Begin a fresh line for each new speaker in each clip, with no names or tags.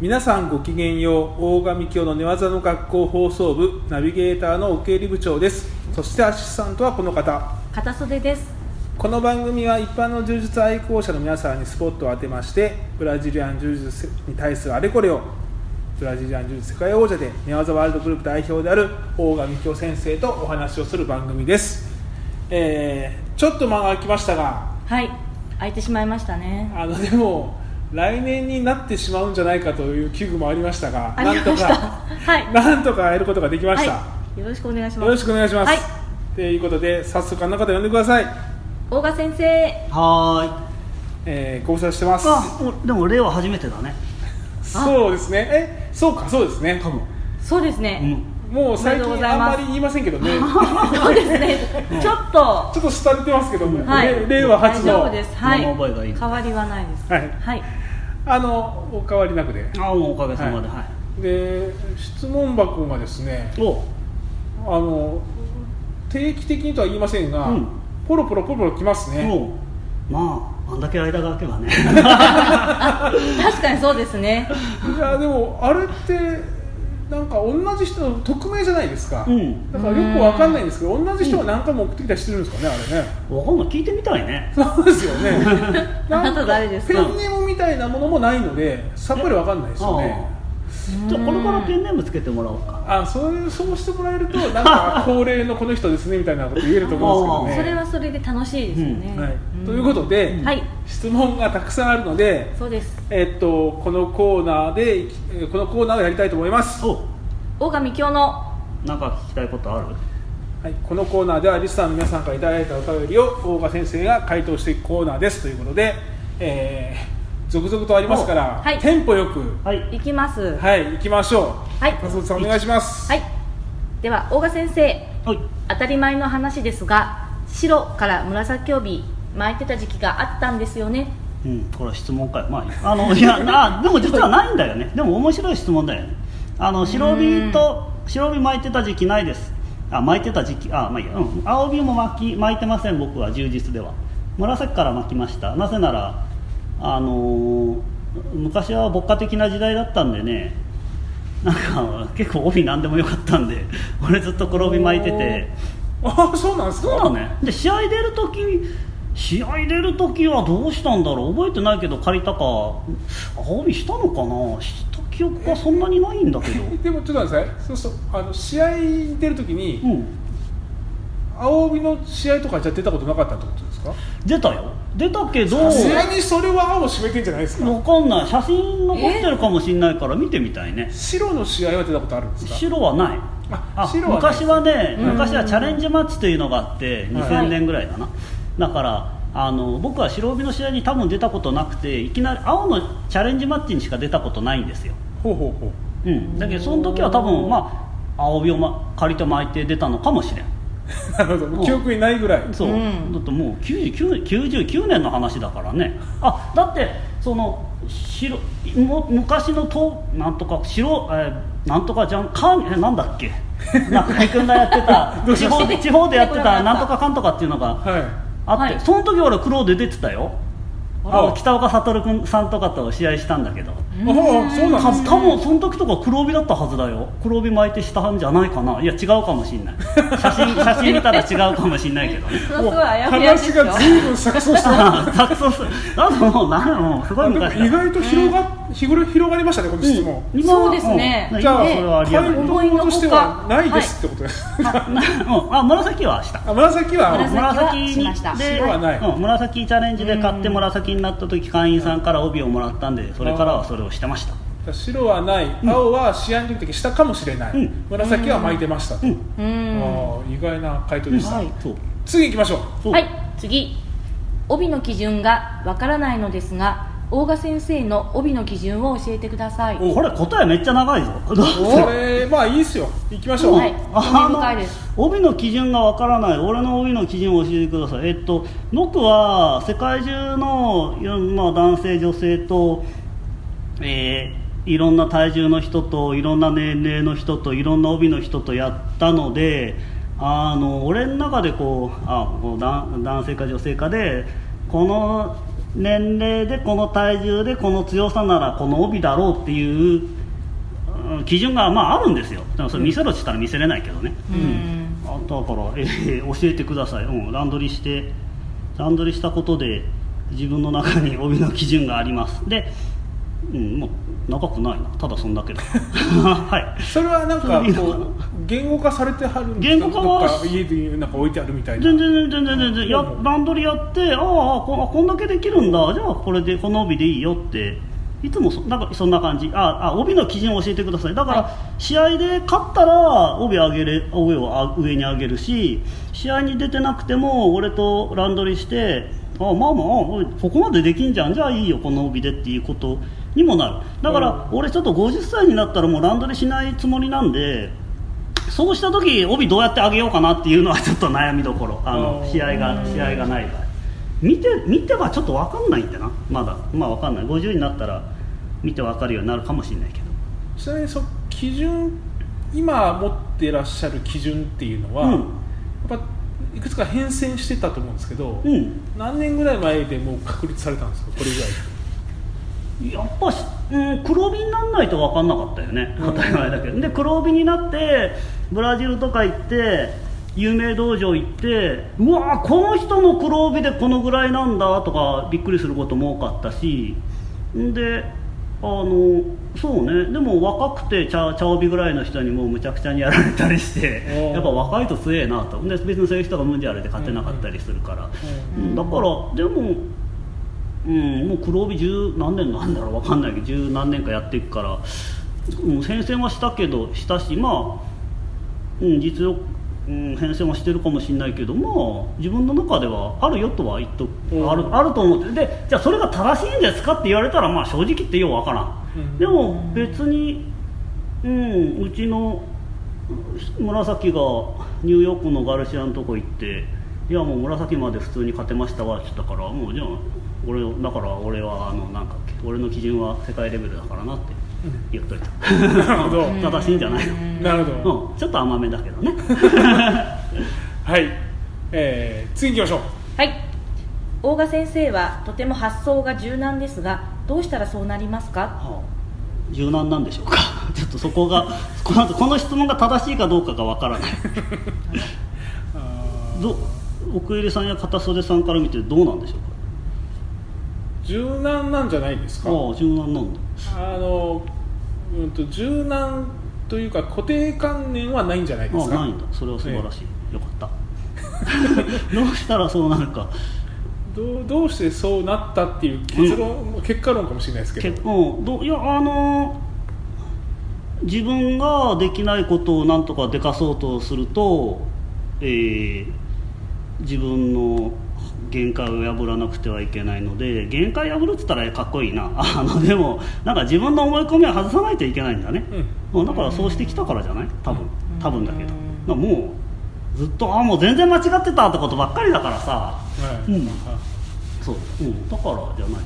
皆さんごきげんよう大神教の寝技の学校放送部ナビゲーターの奥入部長ですそしてアシスタントはこの方
片袖です
この番組は一般の柔術愛好者の皆さんにスポットを当てましてブラジリアン柔術に対するあれこれをブラジリアン柔術世界王者で寝技ワールドグループ代表である大神京先生とお話をする番組です、えーちょっと間が空きましたが
はい空いてしまいましたね
あのでも来年になってしまうんじゃないかという危惧もありましたが
ありまし
な
た
んとか、
はい
なんとかやることができました、
はいよろしくお願いします
よろしくお願いします、
はい
ということで早速あの方呼んでください、
大賀先生
は
えー、ご無沙汰してます
ーいあおでも令和初めてだね
そうですね。え、そうか、そうですね
多。分
そうです
う
ね、
ん
もう最
おめでとうご
近あ
ざい
ん
ます
まり言いませんけどね。
そうですねちょっと
ちょっと廃れてますけども、
はい
れ令和初
大丈
の。
夫ですはい
物覚えがいい
変わりはないです
はい
はい
あの、お変わりなくで。
ああもうおかげさまで
は
はいい、
で、質問箱がですね、
お
あの。定期的にとは言いませんが、
うん
ポロポロポロポロ来ますね。
もうまああんだけ間が空けばね
確かにそうですね
いや、でも、あれって。なんか同じ人の匿名じゃないですか、
うん
だからよくわかんないんですけど同じ人が何回も送ってきたりしてるんですかね、あれね
わかんない聞いてみたいね
そうですよね。
あなた誰ですか
ペンネームみたいなものもないので、さっぱりわかんないですよね。
じゃあこれからペ
う
ンネームつけてもらおうか
あ、そういうそうしてもらえるとなんか高齢のこの人ですねみたいなこと言えると思うん
ー
で
ん
す
そ
け
れ
どね。
はそれで楽しいですよね、
はい
ん。
ということで、
はい
質問がたくさんあるので、
そうです
えっとこのコーナーでえーこのコーナーをやりたいと思います。
お
大神教の
なんか聞きたいことある
はい、このコーナーではリスナーの皆さんからいただいたお便りを大賀先生が回答していくコーナーですということで、えー続々とありますから、
おはい
テンポよく。
はい
いきますは
はい、行きましょう。
はい
松本さんお願いします。
いでは大賀先生
はい
当たり前の話ですが白から紫帯巻いてた時期があったんですよね
うん、これは質問かよ、まあいい、あのいやなでも実はないんだよねでも面白い質問だよねあの白帯と白帯巻いてた時期ないですあ巻いてた時期あまあいいや、うん、青帯も巻き巻いてません僕は充実では紫から巻きましたなぜならあのー昔は牧歌的な時代だったんでねなんか結構帯何でもよかったんで俺ずっと黒帯巻いてて
あ、そうなんですか。
そうだねで試合出るとき試合出るときはどうしたんだろう覚えてないけど借りたか青帯したのかなした記憶がそんなにないん だけど
えでもちょっと待ってください。そうそう、あの試合に出るとき
う
に、
ん
青帯の試合とかじゃ出たことなかったってことですか。
出たよ出たけど
さすがにそれは青を占めてんじゃないですか。
わかんない写真残ってるかもしれないから見てみたいね
白の試合は出たことあるんですか。
白はない
あ
あ
白はない
昔はね
うん
昔はチャレンジマッチというのがあっ
は
て
い
2000年ぐらいかな、だからあの僕は白帯の試合に多分出たことなくていきなり青のチャレンジマッチにしか出たことないんですよ
ほうほうほう。
うん、だけどその時は多分まあ青帯を、ま、借りて巻いて出たのかもしれん
なるほど、記憶にないぐらい。
そう、
うん
だってもう99 99年の話だからねあだってその白も昔のとなんとか白、えーなんとかじゃんかんえなんだっ け中居君がやって
どう
た
し
地
ました
方で地方でやって
出てこ なかった
たなんとかかんとかっていうのが
はい。
あって、
はい
その時俺黒で出てたよ
あ
あ
ら
の北岡悟君さんとかと試合したんだけど
ああ、そうなん
か
です
多分その時とか黒帯だったはずだよ黒帯巻いてしたんじゃないかないや違うかもしんない 写真写真見たら違うかもしんないけどね
ものすごいあやふやです
話
よ
がずいぶん錯綜してます。
あ あそうそうあともうなんもうすごい
あでも
昔だ
意外と広が、日頃広がりましたね、この質問。
今
そうですね
うん
じゃあ、
今それはありえない
買い物としてはないですってことです。
あなうんあ紫はした
あ、紫は。
紫は
に
しました
で
白はない
うん、紫チャレンジで買って紫になった時会員さんから帯をもらったんでそれからはそれをしてました
白はない、
ん
青は試合の時したかもしれない、
うん
紫は巻いてましたと、
うん
う
あ
ん
ー意外な回答でした、
はいそう
次行きましょう
そう
はい次帯の基準がわからないのですが大賀先生の帯の基準を教えてください
お
これ答えめっちゃ長いぞ どうする
これまあいいですよ行きましょう、
はい興味深いです
あの帯の基準がわからない俺の帯の基準を教えてくださいえっと僕は世界中の、いろんな男性女性と、えーいろんな体重の人といろんな年齢の人といろんな帯の人とやったのであの俺の中でこうあこう男男性か女性かでこの年齢でこの体重でこの強さならこの帯だろうっていううん基準がまああるんですよでもそれ見せろって言ったら見せれないけどね、
うん
あだから、えー教えてください、うん、乱取りして乱取りしたことで自分の中に帯の基準がありますで、うん、もう長くないなただそんだけ だはい
それはなんか
そう
こ
なの
う言語化されてはるんですか
言語化は
どっか家でなんか置いてあるみたいな
全然全然全然全然や段取りやってああこあこんだけできるんだじゃあこれでこの帯でいいよっていつもそなんかそんな感じああ帯の基準を教えてくださいだから、試合で勝ったら帯上げれ帯をあ上に上げるし試合に出てなくても俺と乱取りしてあまあまあおいここまでできんじゃんじゃあいいよこの帯でっていうことにもなるだから、俺ちょっと50歳になったらもう乱取りしないつもりなんでそうした時帯どうやって上げようかなっていうのはちょっと悩みどころあの
あー
試合が試合がない場合見て見てはちょっと分かんないんだなまだまあ分かんない50になったら見て分かるようになるかもしれないけど
ちなみにその基準今持ってらっしゃる基準っていうのは、
うん
やっぱいくつか変遷してたと思うんですけど、
うん
何年ぐらい前でもう確立されたんですかこれぐらい
やっぱし、うん、黒帯にならないと分かんなかったよね、
うん
当たり前だけどで黒帯になってブラジルとか行って有名道場行ってうわーこの人の黒帯でこのぐらいなんだとかびっくりすることも多かったしんであのそうねでも若くて茶茶帯ぐらいの人にもうむちゃくちゃにやられたりして
おー
やっぱ若いと強えなとで別にそういう人が無理あれで勝てなかったりするから、
うん
うんだからでも、うん、もう黒帯十何年なんだろうわかんないけど十何年かやっていくから、うん、変遷はしたけどしたしまあ、うん、実力、うん、変遷はしてるかもしれないけどまあ自分の中ではあるよとは言っと
うん
あるあると思ってでじゃあそれが正しいんですかって言われたらまあ正直言ってようわからん、
うん
でも別に、うん、うちの紫がニューヨークのガルシアのとこ行っていやもう紫まで普通に勝てましたわって言ったからもうじゃあ俺だから俺はあのなんか俺の基準は世界レベルだからなって言っといた、
なるほど、
うん
正しいんじゃないの、
なるほど、
うん、ちょっと甘めだ けどね
はい、えー、次行きましょ
はい大賀先生はとても発想が柔軟ですがどうしたらそうなりますか
はあ柔軟なんでしょうかちょっとそこがこのこの質問が正しいかどうかがわからないう
あー
ど奥入さんや片袖さんから見てどうなんでしょうか
柔軟なんじゃないですか
ああ柔軟なんだ
あの、うん、と柔軟というか固定観念はないんじゃないで
あ
すか
ないんだそれは素晴らしい、よかった どうしたらそうなるか
どうどうしてそうなったっていう結論、結果論かもしれないですけど
結構どういやあのー自分ができないことをなんとかでかそうとすると、えー自分の限界を破らなくてはいけないので限界破るって言ったらかっこいいな あのでもなんか自分の思い込みは外さないといけないんだね、
うん
もうだからそうしてきたからじゃない多分多分だけどだか
うん
らもうずっとあもう全然間違ってたってことばっかりだからさ
はい
うんそう、うん、だからじゃないかな、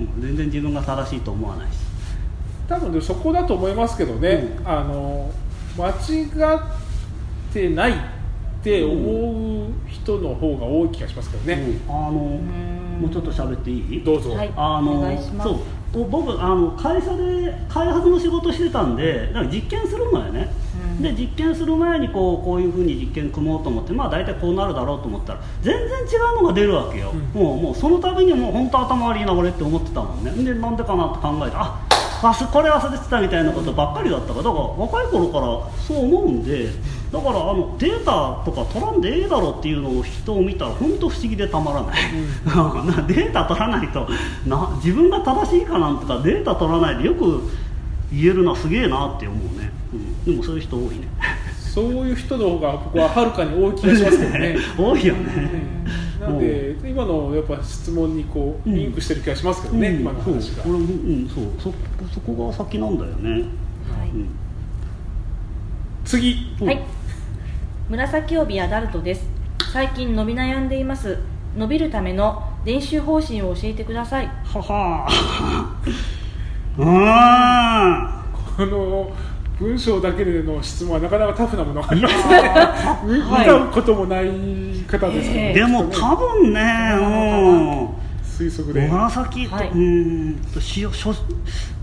うん、全然自分が正しいと思わないし
多分でもそこだと思いますけどね、
う
あの間違ってないって思う人の方が多い気がしますけどね、
うんあのもうちょっと喋っていい
どうぞ、
はい
あの
お願いします
そうお僕あの会社で開発の仕事してたんでだから実験するのよね、
うん
で実験する前にこうこういうふうに実験組もうと思ってまあ大体こうなるだろうと思ったら全然違うのが出るわけよ、
う
もうもうその度にもう本当頭悪いな俺って思ってたもんねでなんでかなって考えてああすこれ忘れてたみたいなことばっかりだったからだから若い頃からそう思うんでだからあのデータとか取らんでええだろうっていうのを人を見たら本当不思議でたまらない、 なデータ取らないとな自分が正しいかなんとかデータ取らないでよく言えるなすげえなって思うね、うん、でもそういう人多いね
そういう人の方が僕ははるかに多い気がしますけどね
多いよね、
うんなんで今のやっぱ質問にこう
うん
リンクしてる気がしますけどね、
うん
今の話が
そう俺もうんそうそそこが先なんだよね、
は
うん
次
うん
はい。紫帯アダルトです。最近伸び悩んでいます。伸びるための練習方針を教えてください。
は は
この文章だけでの質問はなかなかタフなものがあり ます
い
見見たこともない方ですけど、
え
うー
え
んでも多分ね、
なるほど
うん、
推測で
紫と、
はいう
ーんとし初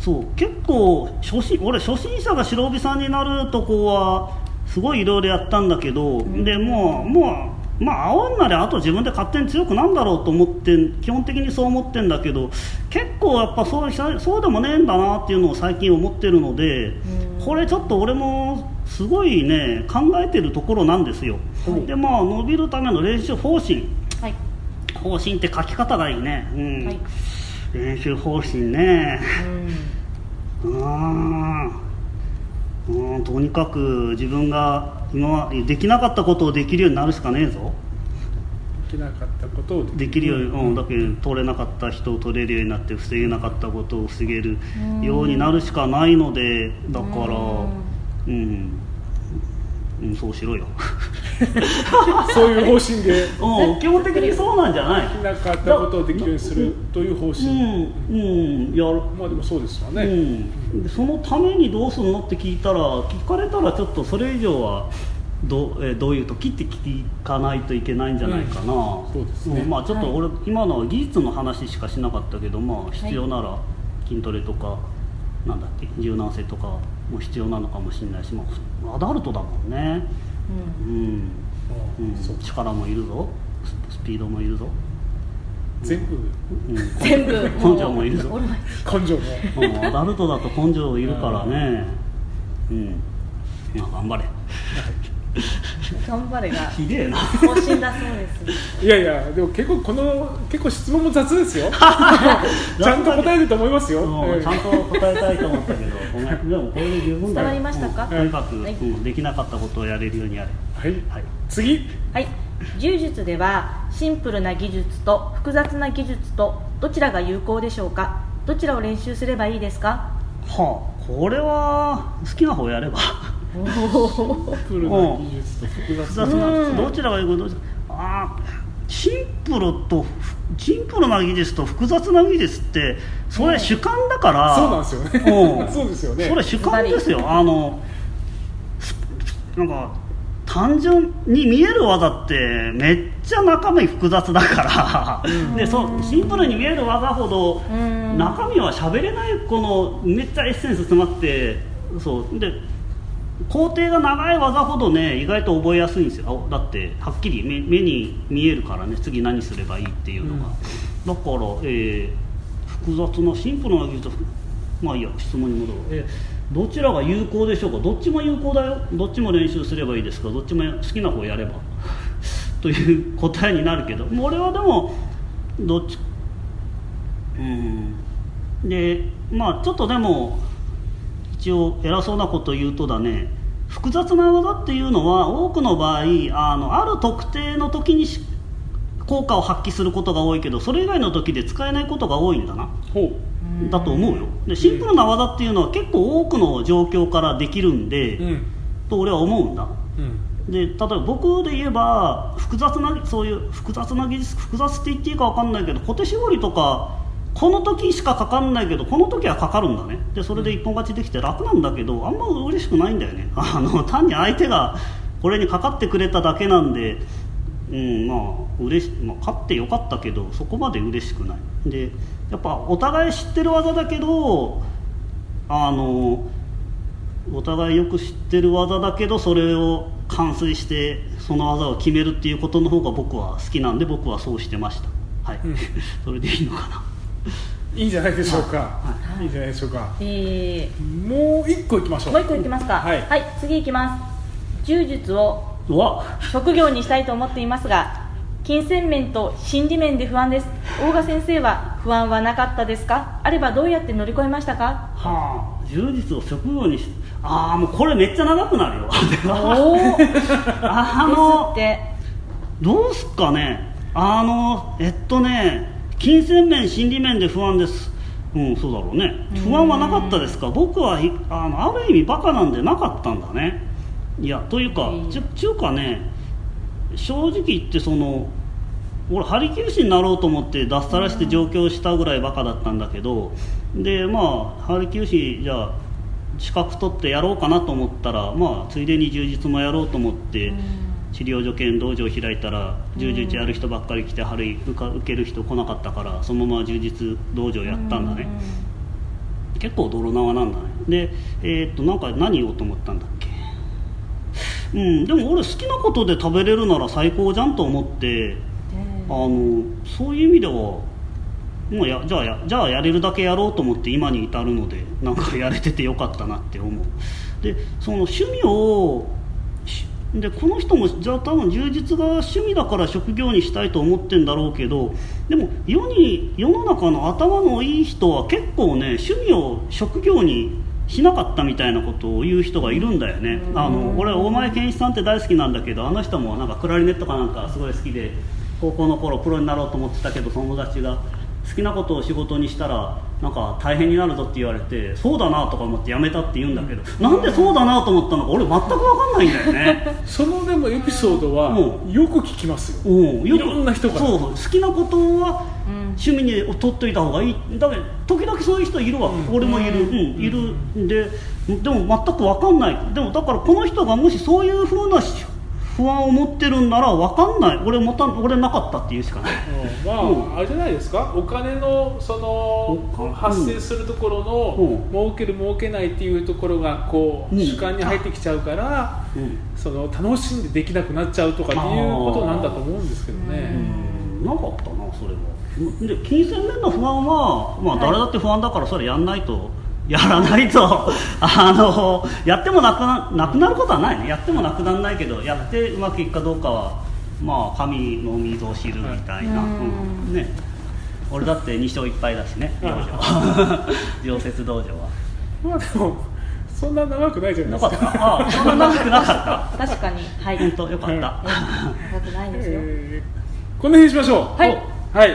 そう結構初心俺初心者が白帯さんになるとこはすごいいろいろやったんだけど、
ん
でもうもうまあ青になりゃあと自分で勝手に強くなんだろうと思って基本的にそう思ってんだけど結構やっぱそうそうでもねえんだなっていうのを最近思ってるので、
うん
これちょっと俺もすごいね考えてるところなんですよ、
はい
でまあ伸びるための練習方針
はい
方針って書き方がいいね、うん
はい
練習方針ね
うん
うーんうーんとにかく自分が今までできなかったことをできるようになるしかねえぞ
できなかったことを
できるように、うん、だけど取れなかった人を取れるようになって防げなかったことを防げる
うん
ようになるしかないのでだか
う
らうん、うん、そうしろよ
そういう方針で で
うん基本的にそうなんじゃない
きなかったことをできるようにするという方
う
針、
んうんやる
まあでもそうですよね、
うん、でそのためにどうするのって聞いたら聞かれたらちょっとそれ以上はど,、えーどういう時って聞かないといけないんじゃないかな、
んそうですね
んまあ、ちょっと俺、今のは技術の話しかしなかったけど、まあ、必要なら筋トレとか、なんだっけ柔軟性とかも必要なのかもしれないし、まあ、アダルトだもんね、
うん
うん
う
う
ん
ん
そう、
力もいるぞススピードもいるぞ、
全部
うん
全部
根性もいるぞ
俺は
根性も
うんアダルトだと根性いるからね、うん、まあ頑張れ、
頑張れ が
ひでえな、
方針だそうです
いやいやでも結構この結構質問も雑です よちゃんと答えると思いますよ、
うん、ちゃんと答えたいと思ったけど、 ごめん、でもこれで十分だ
伝
よ
わりましたか
うんとにかく、
はい
うんできなかったことをやれるようにやれ、
はい
はい、
次
はい柔術ではシンプルな技術と複雑な技術とどちらが有効でしょうかどちらを練習すればいいですか
はあ、これは好きな方やれば、
おー
プールの技術と複雑
複
な
雑な、
うん
どちらがいいことあーシンプルとシンプルな技術と複雑な技術ってそれ主観だから、
そうなんですよね そうですよね
それ主観ですよあのスなんか単純に見える技ってめっちゃ中身複雑だから、でそうシンプルに見える技ほど
うん
中身は喋れないこのめっちゃエッセンス詰まってそうで工程が長い技ほどね意外と覚えやすいんですよあだってはっきり目目に見えるからね次何すればいいっていうのが、だから、えー複雑なシンプルな技術まあいいや質問に戻ろう、えーどちらが有効でしょうかどっちも有効だよどっちも練習すればいいですかどっちも好きな方やれば という答えになるけどもう俺はでもどっちうんでまあちょっとでも一応偉そうなこと言うとだね複雑な技っていうのは多くの場合あのある特定の時にし効果を発揮することが多いけどそれ以外の時で使えないことが多いんだな
ほ
うん
だと思うよでシンプルな技っていうのは結構多くの状況からできるんで、
ううん
と俺は思うんだ
うん
で例えば僕で言えば複雑なそういう複雑な技術複雑って言っていいかわかんないけど小手絞りとかこの時しかかかんないけどこの時はかかるんだねでそれで一本勝ちできて楽なんだけどあんま嬉しくないんだよね あの単に相手がこれにかかってくれただけなんで、うんまあ嬉しまあ、勝ってよかったけどそこまで嬉しくないでやっぱお互い知ってる技だけどあのお互いよく知ってる技だけどそれを完遂してその技を決めるっていうことの方が僕は好きなんで僕はそうしてましたはい、
うん
それでいいのかな、
いいんじゃないでしょうか、
はい
い、いんじゃないでしょうか
え
もう一個いきましょう
ーもう一個いきますか
はい、
次いきます柔術を
うわ
職業にしたいと思っていますが金銭面と心理面で不安です大賀先生は不安はなかったですかあればどうやって乗り越えましたか
はあ充実を職業にしああもうこれめっちゃ長くなるよ
おお です
あ
っ
の
て
どうすっかねあのえっとね金銭面心理面で不安ですうんそうだろうね不安はなかったですか僕はいあのある意味バカなんでなかったんだねいやというか
うん
ちゅちゅうかね正直言ってその俺ハリケーンになろうと思って脱サラして上京したぐらいバカだったんだけどでまあハリケーンじゃあ資格取ってやろうかなと思ったらまあついでに充実もやろうと思って、
うん
資料助研道場を開いたら柔術やる人ばっかり来て春い受か受ける人来なかったからそのまま柔術道場やったんだね、結構泥縄なんだねでえーっとなんか何言おうと思ったんだっけうんでも俺好きなことで食べれるなら最高じゃんと思ってあ
う
のそういう意味ではもうやじゃあやじゃあやれるだけやろうと思って今に至るのでなんかやれててよかったなって思うでその趣味をしでこの人もじゃあ多分充実が趣味だから職業にしたいと思ってんだろうけどでも世に世の中の頭のいい人は結構ね趣味を職業にしなかったみたいなことを言う人がいるんだよね
うん
あの俺大前健一さんって大好きなんだけどあの人もなんかクラリネットかなんかすごい好きで高校の頃プロになろうと思ってたけど友達が好きなことを仕事にしたらなんか大変になるぞって言われてそうだなとか思ってやめたって言うんだけどなんでそうだなと思ったのか俺全く分かんないんだよね
そのでもエピソードは
う
よく聞きますよ、
うん
い
よく
ろんな人から
そうそう好きなことは
ん
趣味に取っといた方がいいだけど時々そういう人いるわ、
うん
俺もいる、うんいるででも全く分かんないでもだからこの人がもしそういうふうなし不安を持ってるんなら分かんない俺もた俺なかったって言うしかない
うんまあ、
うん
あれじゃないですかお金のそ
お
の発生するところの、
うん
儲ける儲けないっていうところがこう、
うん
主観に入ってきちゃうから
うん
その楽しんでできなくなっちゃうとかっていうことなんだと思うんですけどね、
なかったなそれはで金銭面の不安は、ま
は
あ、
い
誰だって不安だからそれやんないと、やらないと あのやってもなくななくなることはないねやってもなくならないけどやってうまくいくかどうかはまあ神の水を知るみたいな、
はい
うんね俺だって2勝1敗だしね道場 常設道場は
まあでもそんな長くないじゃな
ないか
で
っ
す
た
か
ああそんな長くなか
確かには
っ
い
た本当よかった
高くないですよ、
えーこの辺にしましょう
はい
おはい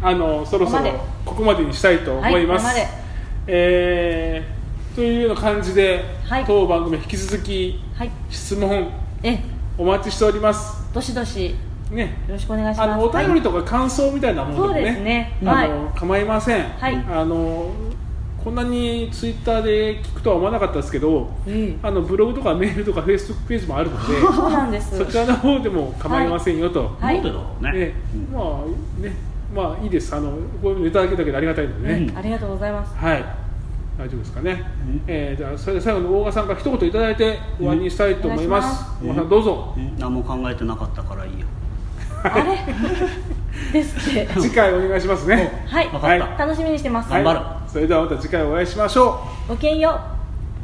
あのそろそ
ここまで
ろここまでにしたいと思います、
はいここまで
えーというような感じで、
はい
当番組引き続き
はい
質問
え
お待ちしております
どしどしよ
ね
ろしくお願いしま
あ
す
のお便り
はい
とか感想みたいなものでも
そうです
ね
ね
あの構いません、
はい
あのこんなにツイッターで聞くとは思わなかったですけど
ええ
あのブログとかメールとかフェイスブックページもあるの で
そうなんです
そちらの方でも構いませんよと、
はい
なんでだろうね、
ええまあねまあいいですあのこういうのいただけるだけでありがたいのでね、
うん
ありがとうございます
はい大丈夫ですかね、
うん
えーじゃあそれで最後に大賀さんから一言いただいて終わりにしたいと思います、
うん
大賀さんどうぞ、
うん何も考えてなかったからいいよ
あれですって
次回お願いしますね、
はい
分かった、
は
楽しみにしてます
頑張る
はいそれではまた次回お会いしましょう
ごきげんよう